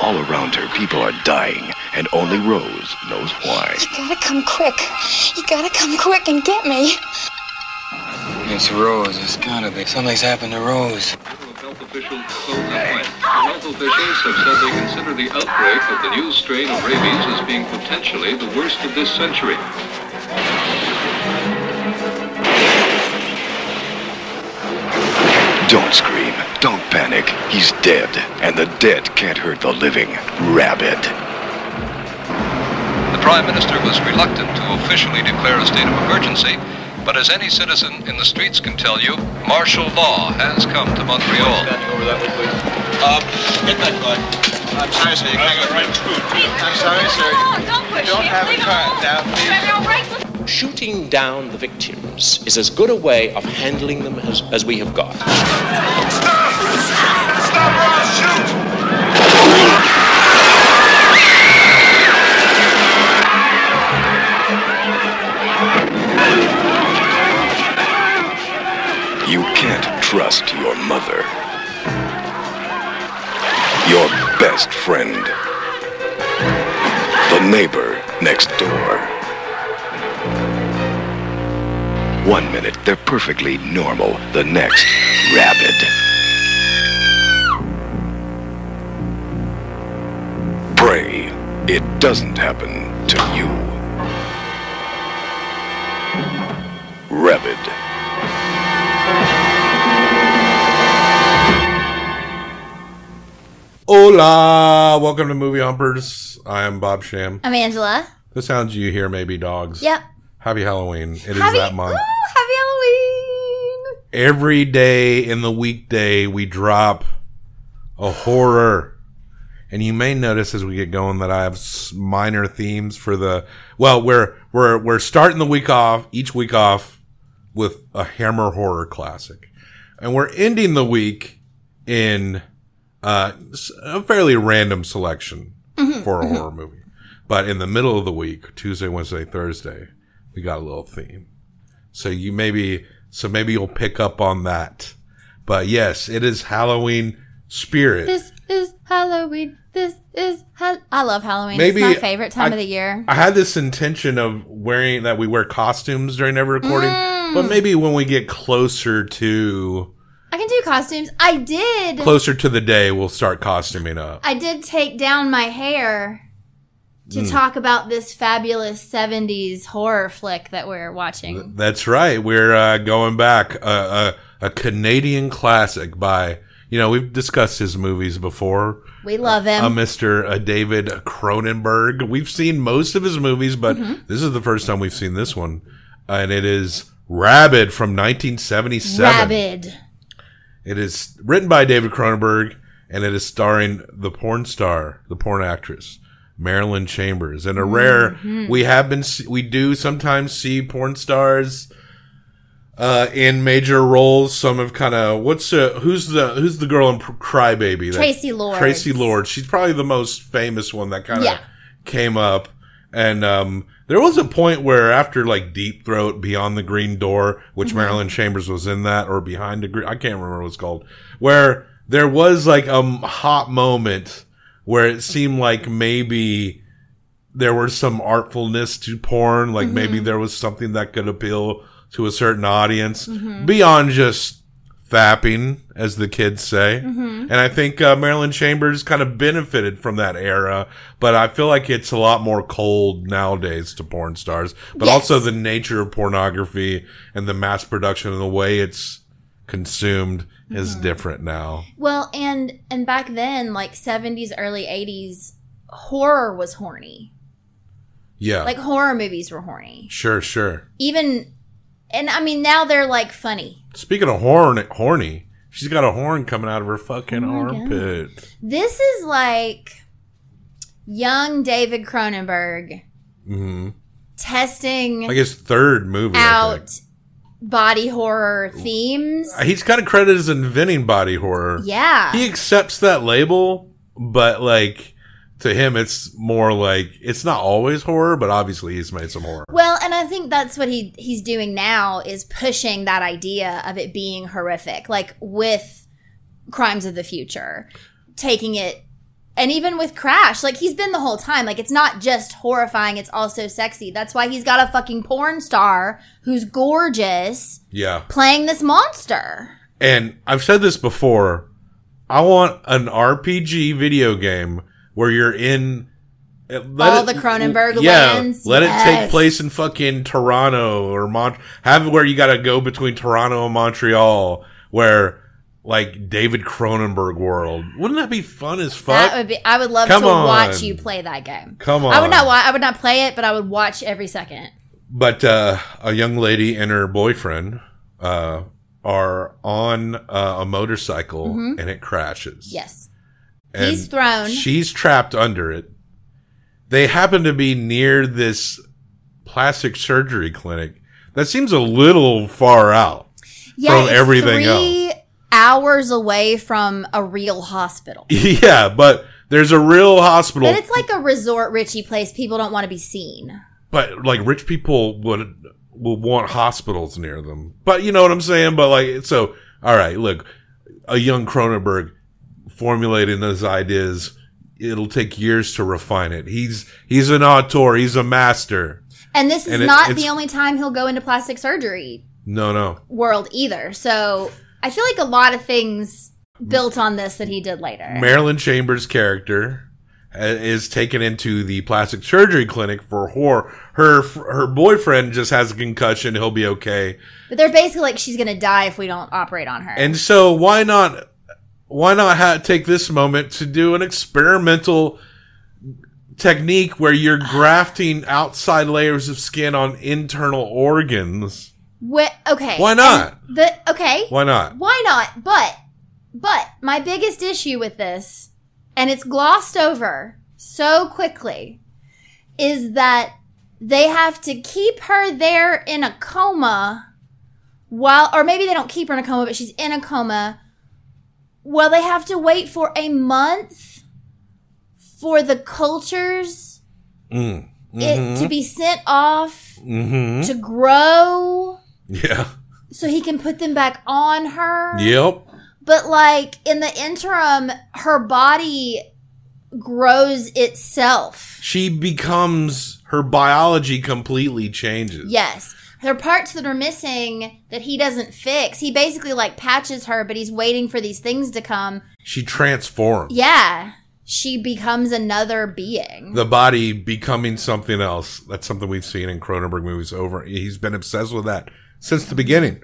All around her, people are dying, and only Rose knows why. You gotta come quick. You gotta come quick and get me. It's Rose. It's gotta be. Something's happened to Rose. Health officials Health officials have said they consider the outbreak of the new strain of rabies as being potentially the worst of this century. Don't scream. Don't panic. He's dead, and the dead can't hurt the living. Rabid. The Prime Minister was reluctant to officially declare a state of emergency, but as any citizen in the streets can tell you, martial law has come to Montreal. Um, get that guy. I'm sorry, sir. You can't go I'm sorry, sir. No, don't push You don't him. have a Leave him card alone. now, please. Trevor, all right, let's Shooting down the victims is as good a way of handling them as, as we have got. You can't trust your mother. Your best friend. The neighbor next door. One minute, they're perfectly normal. The next, rabid. Pray it doesn't happen to you. Rabid. Hola, welcome to Movie Humpers. I am Bob Sham. I'm Oh, Angela. The sounds you hear may be dogs. Yep. Happy Halloween. It is Happy- that month. Ooh, happy Halloween. Every day in the weekday, we drop a horror. And you may notice as we get going that I have s- minor themes for the. Well, we're we're we're starting the week off each week off with a Hammer horror classic, and we're ending the week in uh, s- a fairly random selection for a horror movie. But in the middle of the week, Tuesday, Wednesday, Thursday, we got a little theme. So you maybe, so maybe you'll pick up on that. But yes, it is Halloween spirit. This is Halloween. This is Hal- I love Halloween. Maybe it's my favorite time I- of the year. I had this intention of wearing that we wear costumes during every recording, but maybe when we get closer to I can do costumes. I did. closer to the day, we'll start costuming up. I did take down my hair Hmm. to talk about this fabulous 70s horror flick that we're watching. That's right. We're uh, going back uh, a a Canadian classic by you know we've discussed his movies before. We love him. a Mr. uh, David Cronenberg. We've seen most of his movies, but this is the first time we've seen this one, and it is Rabid from 1977. Rabid. It is written by David Cronenberg, and it is starring the porn star, the porn actress Marilyn Chambers. And a rare Mm-hmm. we have been se- we do sometimes see porn stars uh, in major roles. Some have kind of what's uh, who's the who's the girl in Pr- Crybaby? that- Tracy Lords. Tracy Lord. She's probably the most famous one that kind of Yeah. came up. And um, there was a point where after like Deep Throat, Beyond the Green Door, which Marilyn Chambers was in that, or Behind the Green, I can't remember what it's called, where there was like a m- hot moment where it seemed like maybe there was some artfulness to porn, like maybe there was something that could appeal to a certain audience beyond just fapping, as the kids say. And I think uh, Marilyn Chambers kind of benefited from that era, but I feel like it's a lot more cold nowadays to porn stars. But also the nature of pornography and the mass production and the way it's consumed is Mm-hmm. different now. Well, and and back then like 70s early 80s horror was horny. Yeah. Like horror movies were horny. sure, sure. Even and I mean now they're like funny. Speaking of horn, horny, she's got a horn coming out of her fucking Oh armpit. This is like young David Cronenberg hmm testing Like his third movie. Oh, I think. Uh, out body horror themes. He's kind of credited as inventing body horror. yeah. he accepts that label, but like to him, it's more like it's not always horror, but obviously he's made some horror. well, and I think that's what he he's doing now is pushing that idea of it being horrific, like with Crimes of the Future. taking it. And even with Crash, like he's been the whole time. Like it's not just horrifying, it's also sexy. That's why he's got a fucking porn star who's gorgeous Yeah. playing this monster. And I've said this before. I want an RPG video game where you're in let All the Cronenberg yeah, lands. Let it take Yes. place in fucking Toronto or Mont. Have where you got to go between Toronto and Montreal, where like David Cronenberg world. Wouldn't that be fun as fuck? That would be. I would love Come to watch on. you play that game. Come I would on. not. Wa- I would not play it, but I would watch every second. but uh, a young lady and her boyfriend uh, are on uh, a motorcycle and it crashes. Mm-hmm. Yes, And he's thrown. She's trapped under it. They happen to be near this plastic surgery clinic. That seems a little far out. yeah, from it's everything three hours away from a real hospital. yeah, but there's a real hospital. But it's like a resort richy place. People don't want to be seen. but like rich people would will want hospitals near them. But you know what I'm saying? But like so all right, look, a young Cronenberg formulating those ideas, it'll take years to refine it. He's he's an auteur, he's a master. And this is And it- not the it's- only time he'll go into plastic surgery No, no. world either. So I feel like a lot of things built on this that he did later. Marilyn Chambers' character uh, is taken into the plastic surgery clinic for horror. Her her boyfriend just has a concussion; he'll be okay. but they're basically like, she's gonna die if we don't operate on her. And so, why not? Why not ha- take this moment to do an experimental technique where you're grafting outside layers of skin on internal organs? Wh- okay. Why not? And The okay. Why not? Why not? But but my biggest issue with this, and it's glossed over so quickly, is that they have to keep her there in a coma while or maybe they don't keep her in a coma, but she's in a coma. Well, they have to wait for a month for the cultures Mm. it to be sent off Mm-hmm. to grow Yeah. so he can put them back on her. Yep. But like in the interim, her body grows itself. She becomes her biology completely changes. Yes. There are parts that are missing that he doesn't fix. He basically like patches her, but he's waiting for these things to come. She transforms. Yeah. She becomes another being. the body becoming something else. That's something we've seen in Cronenberg movies over. He's been obsessed with that since the beginning.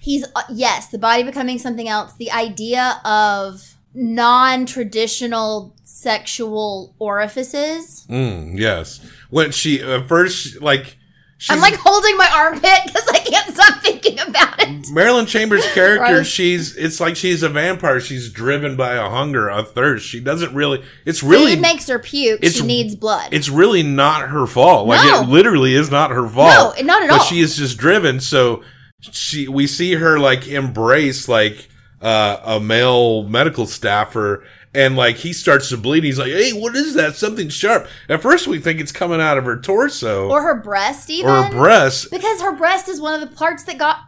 He's, uh, yes, the body becoming something else. The idea of non traditional sexual orifices. Mm, yes. When she at first like she's I'm like holding my armpit because I can't stop thinking about it. Marilyn Chambers' character, Right. she's it's like she's a vampire. She's driven by a hunger, a thirst. She doesn't really it's really Food makes her puke. it's- She needs blood. it's really not her fault. Like No. it literally is not her fault. No, not at but all. she is just driven. So she, we see her like embrace like uh, a male medical staffer, and like he starts to bleed. He's like, "Hey, what is that? Something sharp." At first, we think it's coming out of her torso or her breast, even. or her breast, because her breast is one of the parts that got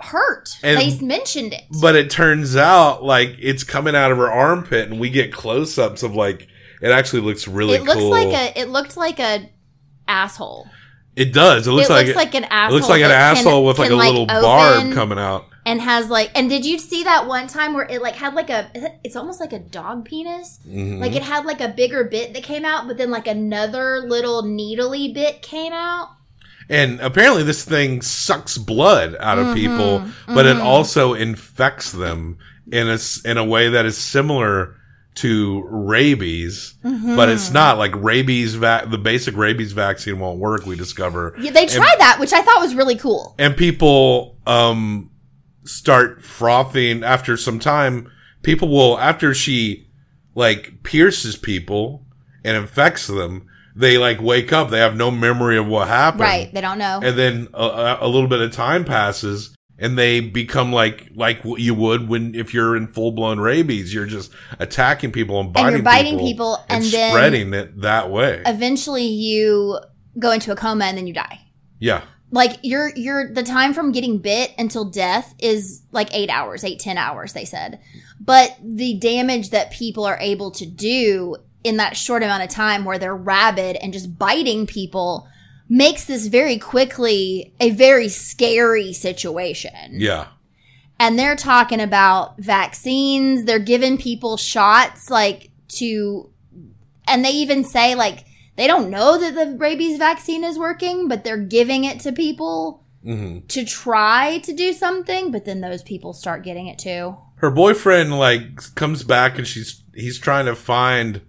hurt. And- they mentioned it. But it turns out like it's coming out of her armpit, and we get close ups of like it actually looks really it looks cool. like a. It looked like a asshole. it does. It looks it like looks like an it asshole. looks like an that can- asshole with like can, a little open barb coming out. and has like. And did you see that one time where it like had like a? It's almost like a dog penis. Mhm. Like it had like a bigger bit that came out, but then like another little needly bit came out. And apparently, this thing sucks blood out Mm-hmm. of people, but it also infects them in a s- in a way that is similar to rabies, Mm-hmm. but it's not like rabies. Va- the basic rabies vaccine won't work. We discover Yeah, They tried that, which I thought was really cool. and people um start frothing after some time people will after she like pierces people and infects them they like wake up they have no memory of what happened Right? They don't know. and then a- a, a little bit of time passes and they become like like what you would when if you're in full-blown rabies you're just attacking people and biting, And you're biting people and, and then- spreading it that way eventually you go into a coma and then you die. yeah like you're you're the time from getting bit until death is like eight hours eight ten hours they said but the damage that people are able to do in that short amount of time where they're rabid and just biting people makes this very quickly a very scary situation Yeah. and they're talking about vaccines. They're giving people shots, like to, and they even say like they don't know that the rabies vaccine is working, but they're giving it to people hmm to try to do something. But then those people start getting it too. Her boyfriend like comes back and she's he's trying to find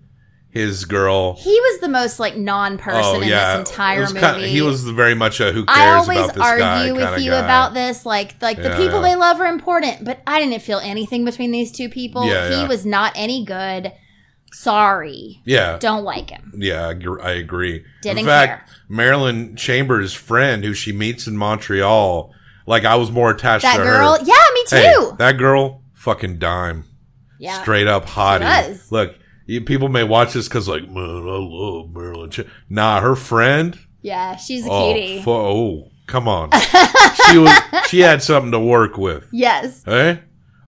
his girl. Oh, He was the most like non-person in this entire It was movie. kinda- he was very much a who I cares always about this guy argue with kinda you guy. about this. Like, like the Yeah. people they love are important, but I didn't feel anything between these two people. Yeah, he yeah. was not any good. Sorry, Yeah, don't like him. yeah, I gr- I agree. in Didn't fact, Marilyn Chambers' friend, who she meets in Montreal, like I was more attached That to girl, her. yeah, me Hey, too. that girl, fucking dime, yeah, straight up hottie. was. Look, you, people may watch this because like, man, I love Marilyn. Ch-. Nah, her friend. yeah, she's a Oh, cutie. fu- oh, come on. she was. She had something to work with. yes, Hey,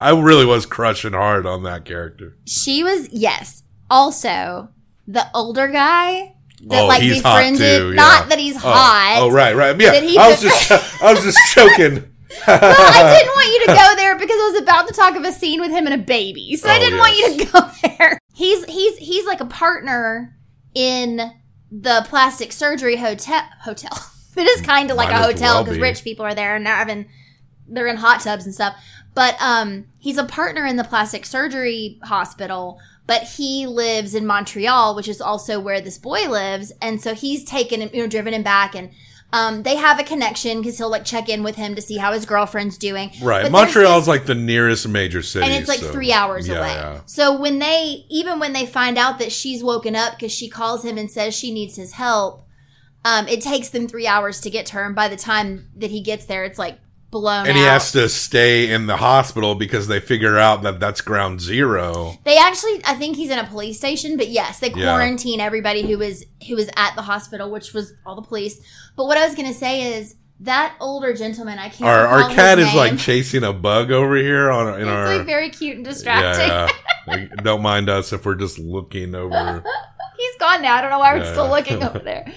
I really was crushing hard on that character. she was. Yes, also the older guy that Oh, like he's hot befriended. too, yeah. Not that he's Oh, hot. Oh, right, right. Yeah, Did he I was bef- just, I was just joking. Well, I didn't want you to go there because I was about to talk of a scene with him and a baby, so I Oh, didn't want you to go there. He's he's he's like a partner in the plastic surgery hotel. Hotel. It is kind of like Might a as hotel well because be. rich people are there and they're having they're in hot tubs and stuff. But um, he's a partner in the plastic surgery hospital. But he lives in Montreal, which is also where this boy lives, and so he's taken him, you know, driven him back, and um, they have a connection because he'll like check in with him to see how his girlfriend's doing. Right, But Montreal's there's this- like the nearest major city, and it's like so- three hours Yeah, away. yeah. So when they, even when they find out that she's woken up because she calls him and says she needs his help, um, it takes them three hours to get to her. And by the time that he gets there, it's like blown. And he out. has to stay in the hospital because they figure out that that's ground zero. They actually, I think he's in a police station, but yes, they Yeah. quarantine everybody who was who was at the hospital, which was all the police. But what I was gonna say is that older gentleman, I can't. Our recall our his cat is like name. chasing a bug over here on our- in It's our like very cute and distracting. yeah. Like, don't mind us if we're just looking over. He's gone now. I don't know why we're Yeah. still looking over there.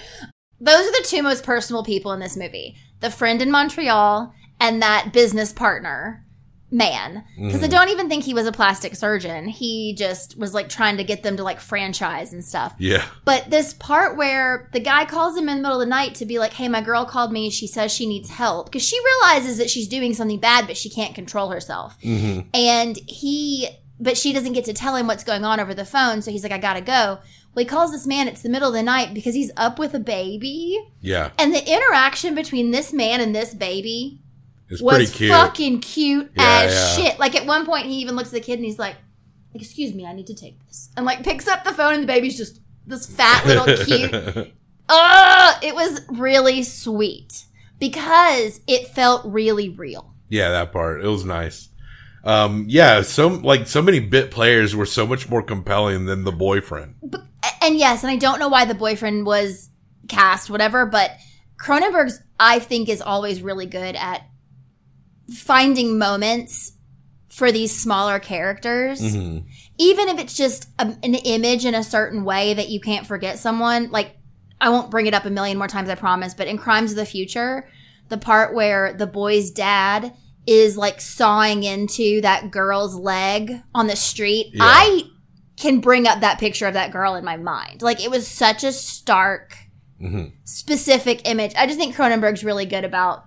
Those are the two most personal people in this movie the friend in Montreal and that business partner man. Because Mm-hmm. I don't even think he was a plastic surgeon. He just was like trying to get them to like franchise and stuff. Yeah, But this part where the guy calls him in the middle of the night to be like, hey, my girl called me. She says she needs help because she realizes that she's doing something bad, but she can't control herself. And he, but she doesn't get to tell him what's going on over the phone. So he's like, I gotta go. Well, he calls this man. It's the middle of the night because he's up with a baby. yeah. And the interaction between this man and this baby It's pretty was cute. fucking cute Yeah, as yeah. shit. Like at one point, he even looks at the kid and he's like, "Excuse me, I need to take this," and like picks up the phone and the baby's just this fat little cute. Ugh, it was really sweet because it felt really real. Yeah, that part. It was nice. Um, yeah, so like so many bit players were so much more compelling than the boyfriend. But, and yes, and I don't know why the boyfriend was cast, whatever, but Cronenberg's, I think, is always really good at finding moments for these smaller characters. Mm-hmm. Even if it's just a, an image in a certain way that you can't forget someone, like, I won't bring it up a million more times, I promise, but in Crimes of the Future, the part where the boy's dad is like sawing into that girl's leg on the street, Yeah. I can bring up that picture of that girl in my mind. Like it was such a stark, Mhm. specific image. I just think Cronenberg's really good about,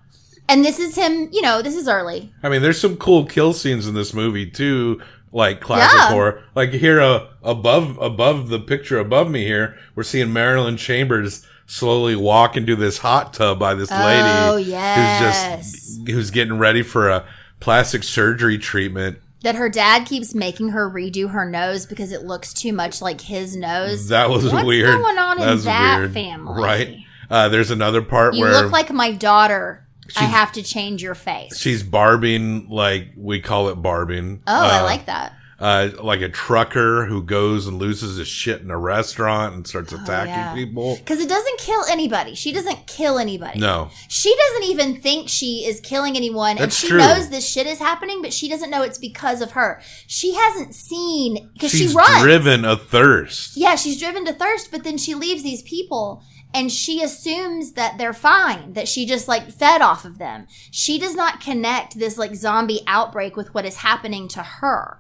and this is him. You know, this is early. I mean, there's some cool kill scenes in this movie too, like classic Yeah. horror. Like here, uh, above above the picture above me here, we're seeing Marilyn Chambers slowly walk into this hot tub by this Oh, lady who's yes. just who's getting ready for a plastic surgery treatment. That her dad keeps making her redo her nose because it looks too much like his nose. That was What's weird. going on in That's that weird. family? right? Uh, there's another part you where look like my daughter. I She's- have to change your face. she's barbing like we call it barbing oh, I Uh, like that. uh, like a trucker who goes and loses his shit in a restaurant and starts attacking Oh, yeah. people. Because it doesn't kill anybody. She doesn't kill anybody. No, She doesn't even think she is killing anyone. and That's she true. knows this shit is happening, but she doesn't know it's because of her. She hasn't seen, because she she's runs. driven a thirst. Yeah, she's driven to thirst, but then she leaves these people and she assumes that they're fine, that she just like fed off of them. She does not connect this like zombie outbreak with what is happening to her.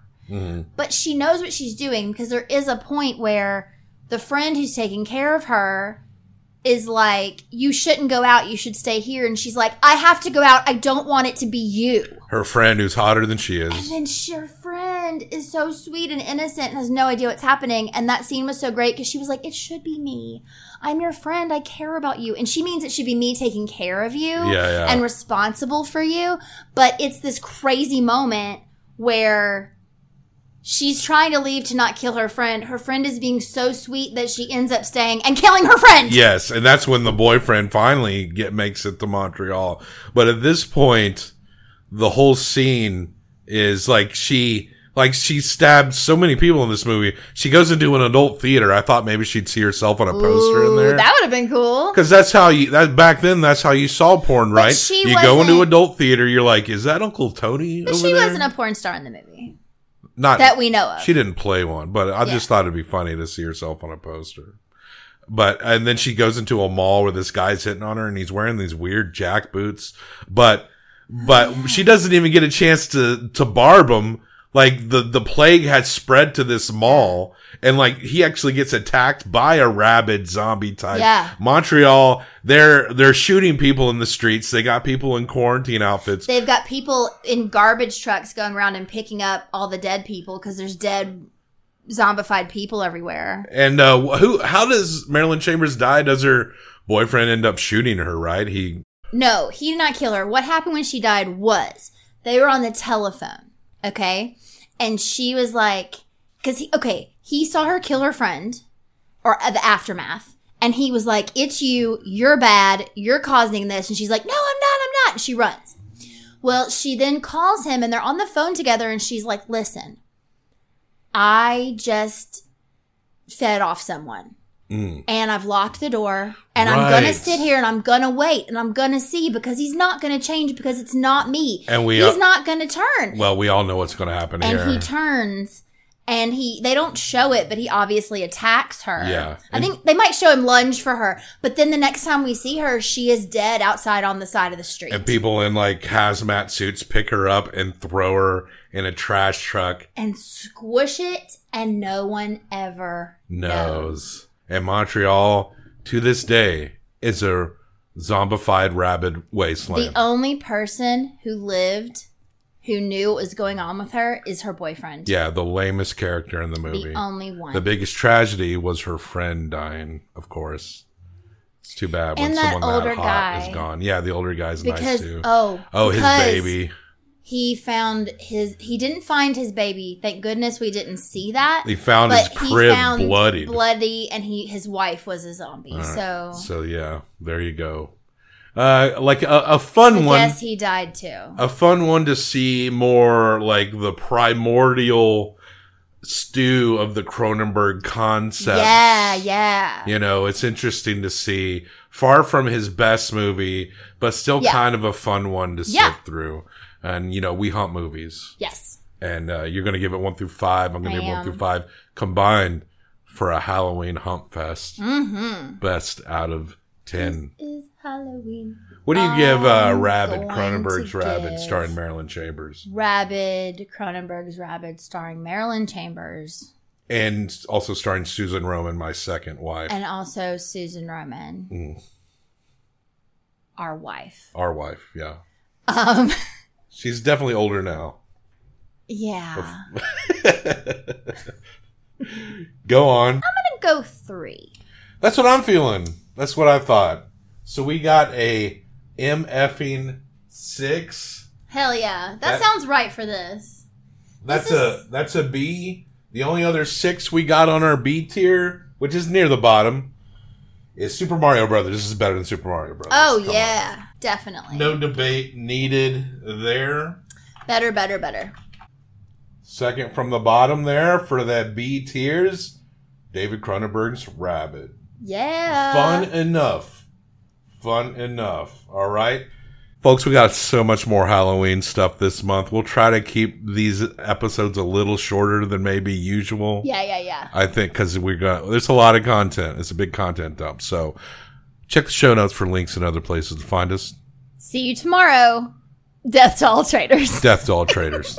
But she knows what she's doing because there is a point where the friend who's taking care of her is like, You shouldn't go out, you should stay here. And she's like, I have to go out, I don't want it to be you. Her friend, who's hotter than she is, And she, her friend is so sweet and innocent and has no idea what's happening. And that scene was so great because she was like, It should be me. I'm your friend. I care about you. And she means it should be me taking care of you Yeah, yeah. and responsible for you. But it's this crazy moment where she's trying to leave to not kill her friend. Her friend is being so sweet that she ends up staying and killing her friend. yes, and that's when the boyfriend finally get makes it to Montreal. But at this point, the whole scene is like she. Like she stabbed so many people in this movie. She goes into an adult theater. I thought maybe she'd see herself on a poster in Ooh, there. That would have been cool. Because that's how you that back then. That's how you saw porn, right? she You go into wasn't- adult theater. You're like, is that Uncle Tony But over she there? wasn't a porn star in the movie Not that we know of. She didn't play one, but I just thought it'd be funny to see herself on a poster. But and then she goes into a mall where this guy's hitting on her, and he's wearing these weird jack boots. But but she doesn't even get a chance to to barb him. Like the the plague has spread to this mall, and like he actually gets attacked by a rabid zombie type. Yeah. Montreal, they're they're shooting people in the streets. They got people in quarantine outfits. They've got people in garbage trucks going around and picking up all the dead people because there's dead zombified people everywhere. And uh, who? How does Marilyn Chambers die? Does her boyfriend end up shooting her? Right? He No, he did not kill her. What happened when she died was they were on the telephone, okay? And she was like, because he, okay, he saw her kill her friend or uh, the aftermath. And he was like, it's you, you're bad, you're causing this. And she's like, no, I'm not, I'm not. And she runs. Well, she then calls him and they're on the phone together and she's like, listen, I just fed off someone. And I've locked the door, and I'm gonna Right. sit here and I'm gonna wait and I'm gonna see because he's not gonna change because it's not me. And we- he's not gonna turn. well, we all know what's going to happen and here. he turns, and he they don't show it, but he obviously attacks her. Yeah. I think they might show him lunge for her, but then the next time we see her, she is dead outside on the side of the street. and people in like hazmat suits pick her up and throw her in a trash truck. and squish it, and no one ever Knows. And Montreal to this day is a zombified, rabid wasteland. The only person who lived who knew what was going on with her is her boyfriend. yeah, the lamest character in the the movie. only one. The biggest tragedy was her friend dying, of course. It's too bad when And that someone that older hot guy. is gone. Yeah, the older guy's nice because too. oh oh, his because baby. He found his. He didn't find his baby. Thank goodness we didn't see that. He found his crib bloodied. bloody, and he his wife was a zombie. So, So yeah, there you go. Uh, like a, a fun I one, guess he died too. a fun one to see more like the primordial stew of the Cronenberg concept. Yeah, yeah. You know, it's interesting to see. Far from his best movie, but still Yeah. kind of a fun one to Yeah. sit through. And you know, we hunt movies, Yes. and uh, you're going to give it one through five. I'm going I to give one am. through five combined for a Halloween hump fest. Mm-hmm. Best out of ten. Is Halloween What do you give uh, I'm Rabbit going Cronenberg's to Rabbit give- starring Marilyn Chambers Rabid Cronenberg's Rabid, starring Marilyn Chambers and also starring Susan Roman, my second wife, and also Susan Roman, Mm. our wife. our wife? Yeah, Um, she's definitely older now. yeah, Go on. I'm gonna go three. That's what I'm feeling. That's what I thought. So we got a M effing six. Hell yeah, that, That- sounds right for this. That's This a that's a B. The only other six we got on our B tier, which is near the bottom, is Super Mario Brothers. This is better than Super Mario Brothers. Oh Come on. yeah, definitely. No debate needed there. Better, better, better. Second from the bottom there for that B tiers, David Cronenberg's Rabbit. Yeah. Fun enough. Fun enough. All right. Folks, we got so much more Halloween stuff this month. We'll try to keep these episodes a little shorter than maybe usual. Yeah, yeah, yeah. I think because we're going to, there's a lot of content. It's a big content dump. So check the show notes for links and other places to find us. See you tomorrow. Death to all traitors. Death to all traitors.